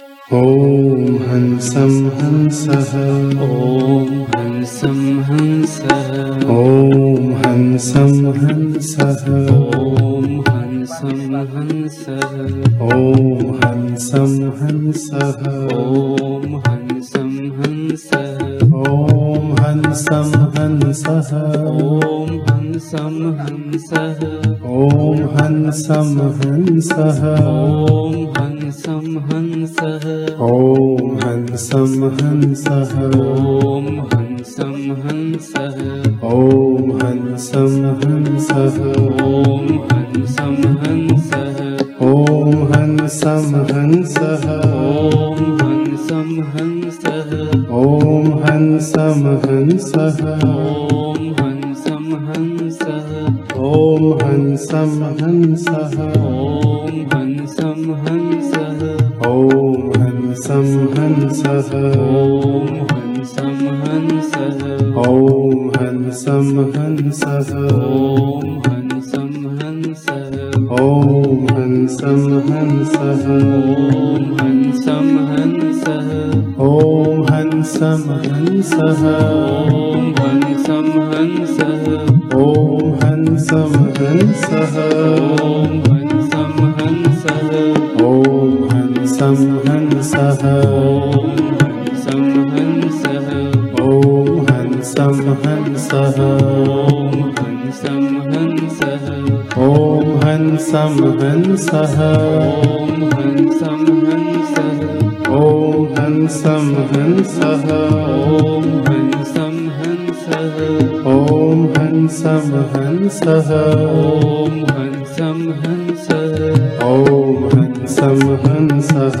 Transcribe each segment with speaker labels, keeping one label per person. Speaker 1: ॐ हंसं हंसः
Speaker 2: ॐ हंसं हंसः
Speaker 1: ॐ हंसं हंसः
Speaker 2: ॐ हंसं हंसः
Speaker 1: ॐ हंसं हंसः
Speaker 2: ॐ हंसं
Speaker 1: ॐ
Speaker 2: हंसः
Speaker 1: हंसं हंसः
Speaker 2: ॐ हंसं हंसः
Speaker 1: ॐ हंसं हंसः
Speaker 2: ॐ हंसं हंसः
Speaker 1: ॐ हंसं हंसः
Speaker 2: ॐ हंसं हंसः
Speaker 1: ॐ हंसं हंसः
Speaker 2: ॐ हंसं हंसः
Speaker 1: ॐ हंसं हंसः
Speaker 2: ॐ हंसं
Speaker 1: ॐ हंसं हंसः ॐ हंसं
Speaker 2: हंसः ॐ हंसं हंसः
Speaker 1: हंसः
Speaker 2: ॐ हंसं हंसः
Speaker 1: ॐ हंसं हंसः ॐ हंसं हंसः ॐ हंसं हंसः ॐ हंसं हंसः ॐ हंसं हंसः ॐ हंसं
Speaker 2: ॐ हंसं हंसः ॐ हंसं हंसः ॐ हंसं हंसः ॐ हंसं हंसः ॐ हंसं हंसः
Speaker 1: हंसः
Speaker 2: ॐ हंसं
Speaker 1: ॐ
Speaker 2: हंसः
Speaker 1: हंसं हंसः
Speaker 2: ॐ हंसं हंसः
Speaker 1: ॐ हंसं हंसः
Speaker 2: ॐ हंसं
Speaker 1: ॐ हंसं
Speaker 2: हंसः
Speaker 1: हंसः
Speaker 2: ॐ हंसं हंसः
Speaker 1: ॐ हंसं हंसः
Speaker 2: ॐ हंसं
Speaker 1: ॐ हंसं
Speaker 2: हंसः
Speaker 1: हंसः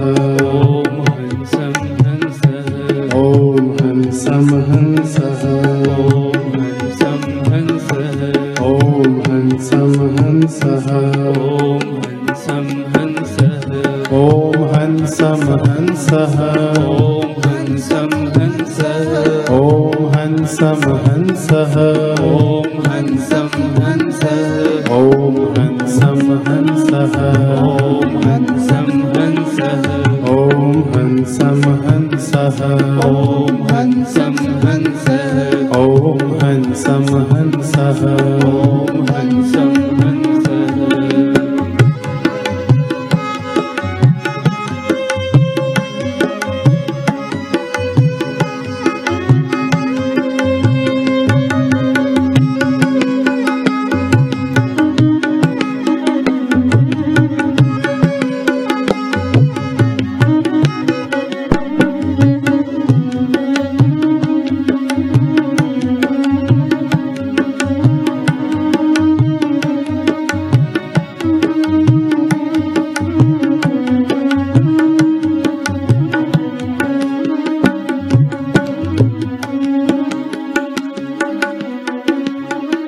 Speaker 2: ॐ हंसं हंसः
Speaker 1: ॐ हंसं हंसः
Speaker 2: ॐ
Speaker 1: ॐ हंसं हंसः ॐ हंसं हंसः
Speaker 2: हंसं हंसः ॐ हंसं हंसः ॐ हंसं
Speaker 1: ॐ हंसं हंसः ॐ हंसं हंसः ॐ हंसं हंसः
Speaker 2: हंसः ॐ हंसं हंसः ॐ हंसं हंसः ॐ हंसं हंसः
Speaker 1: ॐ हंसं हंसः
Speaker 2: ॐ हंसं हंसः
Speaker 1: ॐ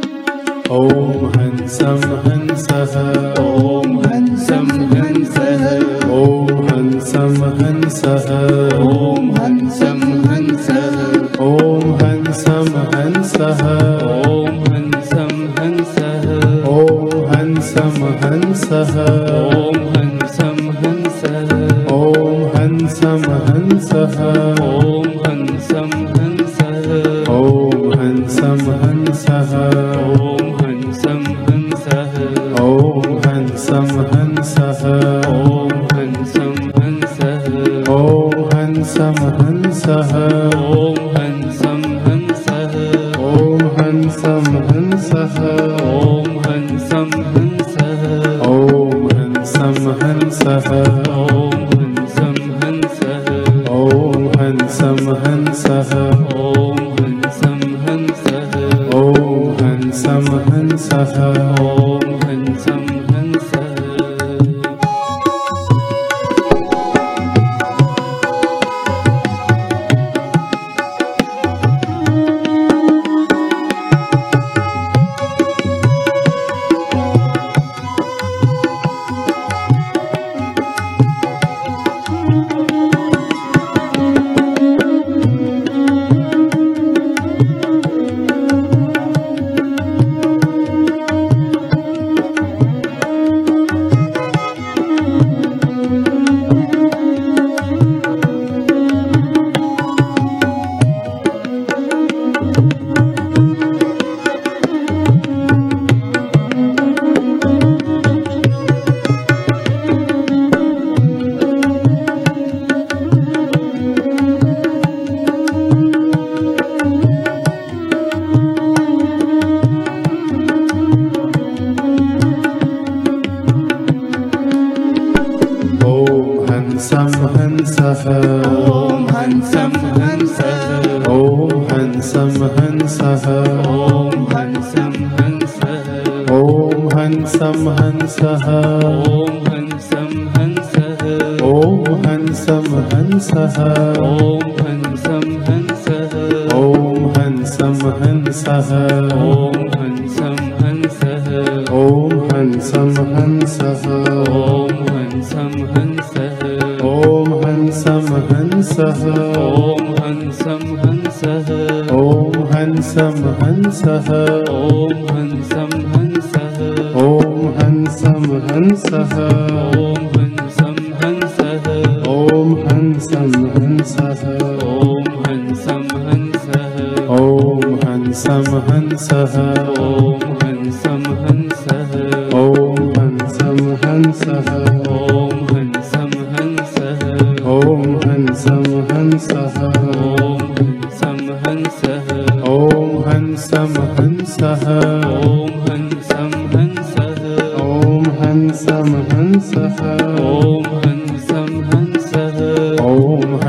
Speaker 1: हंसं हंसः
Speaker 2: ॐ हंसं हंसः
Speaker 1: ॐ हंसं हंसः
Speaker 2: ॐ हंसं हंसः
Speaker 1: ॐ हंसं हंसः
Speaker 2: ॐ हंसं हंसः
Speaker 1: ॐ हंसं हंसः
Speaker 2: ॐ हंसं हंसः
Speaker 1: ॐ हंसं हंसः
Speaker 2: ॐ हंसं हंसः
Speaker 1: ॐ हंसं हंसः
Speaker 2: ॐ हंसं
Speaker 1: ॐ हंसं
Speaker 2: हंसः
Speaker 1: हंसः
Speaker 2: ॐ हंसं हंसः
Speaker 1: ॐ हंसं हंसः
Speaker 2: ॐ हंसं
Speaker 1: ॐ
Speaker 2: हंसः
Speaker 1: हंसं हंसः ॐ हंसं हंसः
Speaker 2: ॐ हंसं हंसः ॐ हंसं हंसः
Speaker 1: ॐ हंसं हंसः
Speaker 2: ॐ हंसं हंसः
Speaker 1: ॐ हंसं हंसः
Speaker 2: ॐ हंसं हंसः
Speaker 1: हंसं हंसः
Speaker 2: ॐ हंसं हंसः
Speaker 1: ॐ हंसं हंसः
Speaker 2: ॐ हंसं हंसः
Speaker 1: ॐ हंसं हंसः
Speaker 2: ॐ हंसं हंसः
Speaker 1: ॐ हंसं हंसः
Speaker 2: ॐ
Speaker 1: ॐ
Speaker 2: हंसं हंसः
Speaker 1: हंसं हंसः
Speaker 2: ॐ हंसं हंसः
Speaker 1: ॐ हंसं हंसः
Speaker 2: ॐ हंसं हंसः
Speaker 1: ॐ हंसं हंसः
Speaker 2: ॐ हंसं
Speaker 1: ॐ हंसं
Speaker 2: हंसः
Speaker 1: हंसः
Speaker 2: ॐ हंसं हंसः
Speaker 1: ॐ हंसं हंसः
Speaker 2: ॐ हंसं हंसः
Speaker 1: ॐ हंसं हंसः
Speaker 2: ॐ हंसं हंसः
Speaker 1: ॐ हंसं हंसः ॐ हंसं हंसः ॐ
Speaker 2: ॐ हंसं हंसः ॐ हंसं हंसः
Speaker 1: हंसं हंसः ॐ
Speaker 2: ॐ हंसं हंसः
Speaker 1: हंसं हंसः ॐ हंसं हंसः
Speaker 2: ॐ हंसं हंसः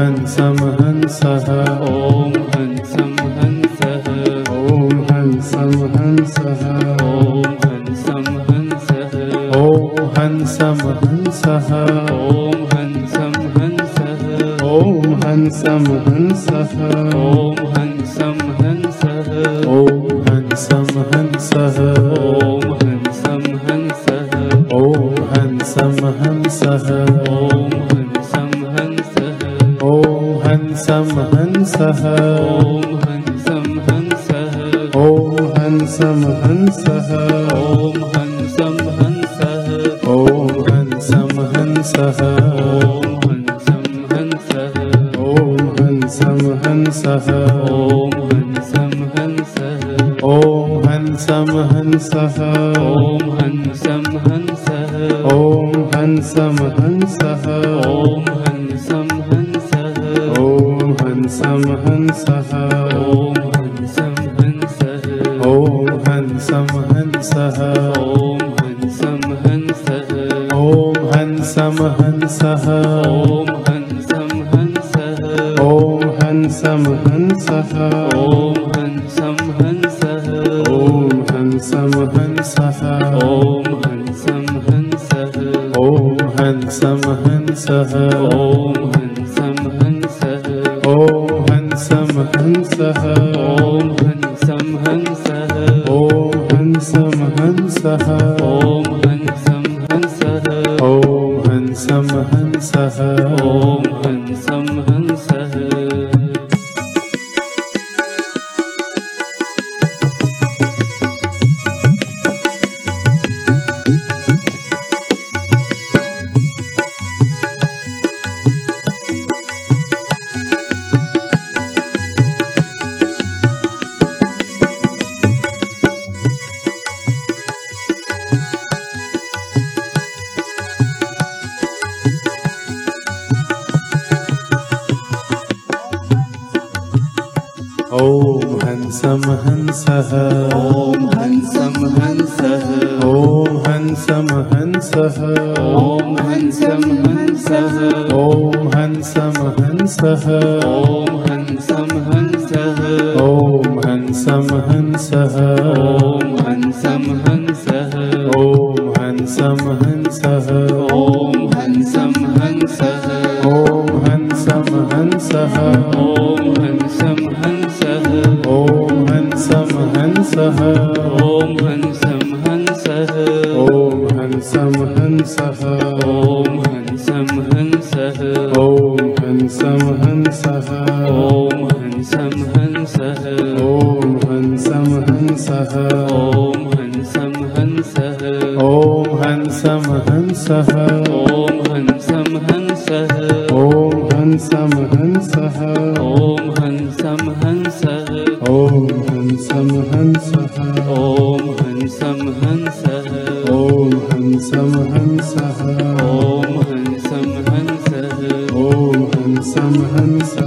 Speaker 2: ॐ हंसं हंसः
Speaker 1: ॐ हंसं हंसः
Speaker 2: ॐ हंसं हंसः
Speaker 1: ॐ हंसं हंसः
Speaker 2: ॐ हंसं हंसः
Speaker 1: ॐ हंसं हंसः
Speaker 2: ॐ हंसं हंसः
Speaker 1: ॐ हंसं हंसः
Speaker 2: ॐ हंसं हंसः
Speaker 1: ॐ हंसं हंसः
Speaker 2: ॐ हंसं हंसः
Speaker 1: ॐ हंसं हंसः
Speaker 2: ॐ हंसं हंसः
Speaker 1: ॐ हंसं हंसः
Speaker 2: ॐ हंसं हंसः
Speaker 1: ॐ हंसं हंसः
Speaker 2: ॐ हंसं हंसः
Speaker 1: ॐ हंसं हंसः
Speaker 2: ॐ हंसं हंसः
Speaker 1: ॐ हंसं हंसः ॐ हंसं हंसः ॐ हंसं
Speaker 2: ॐ हंसं हंसः ॐ हंसं हंसः
Speaker 1: हंसः
Speaker 2: ॐ हंसं हंसः
Speaker 1: Oh, ॐ हंसं हंसः ॐ हंसं
Speaker 2: ॐ हंसं हंसः
Speaker 1: हंसः ॐ हंसं हंसः
Speaker 2: ॐ हंसं हंसः ॐ हंसं हंसः
Speaker 1: ॐ हंसं हंसः ॐ हंसं हंसः ॐ हंसं हंसः ॐ हंसं हंसः
Speaker 2: ॐ हंसं हंसः ॐ हंसं हंसः ॐ हंसं हंसः ॐ हंसं हंसः
Speaker 1: ॐ हंसं हंसः
Speaker 2: ॐ हंसं हंसः
Speaker 1: ॐ हंसं हंसः
Speaker 2: ॐ हंसं हंसः
Speaker 1: ॐ हंसं हंसः
Speaker 2: ॐ हंसं हंसः
Speaker 1: ॐ हंसं हंसः
Speaker 2: ॐ हंसं हंसः
Speaker 1: ॐ हंसं हंसः
Speaker 2: ॐ हंसं हंसः
Speaker 1: ॐ हंसं हंसः
Speaker 2: ॐ हंसं हंसः
Speaker 1: ॐ हंसं हंसः
Speaker 2: ॐ हंसं हंसः
Speaker 1: ॐ हंसं हंसः
Speaker 2: ॐ हंसं हंसः
Speaker 1: ॐ हंसं हंसः
Speaker 2: ॐ हंसं
Speaker 1: ॐ हंसं हंसः
Speaker 2: हंसः ॐ हंसं
Speaker 1: ॐ हंसं
Speaker 2: हंसः
Speaker 1: हंसः ॐ हंसं
Speaker 2: ॐ हंसं हंसः
Speaker 1: हंसः
Speaker 2: ॐ हंसं हंसः
Speaker 1: ॐ हंसं हंसः ॐ हंसं हंसः ॐ हंसं हंसः
Speaker 2: ॐ हंसं हंसः ॐ हंसं हंसः ॐ हंसं हंसः
Speaker 1: ॐ हंसं हंसः
Speaker 2: ॐ हंसं हंसः
Speaker 1: ॐ हंसं हंसः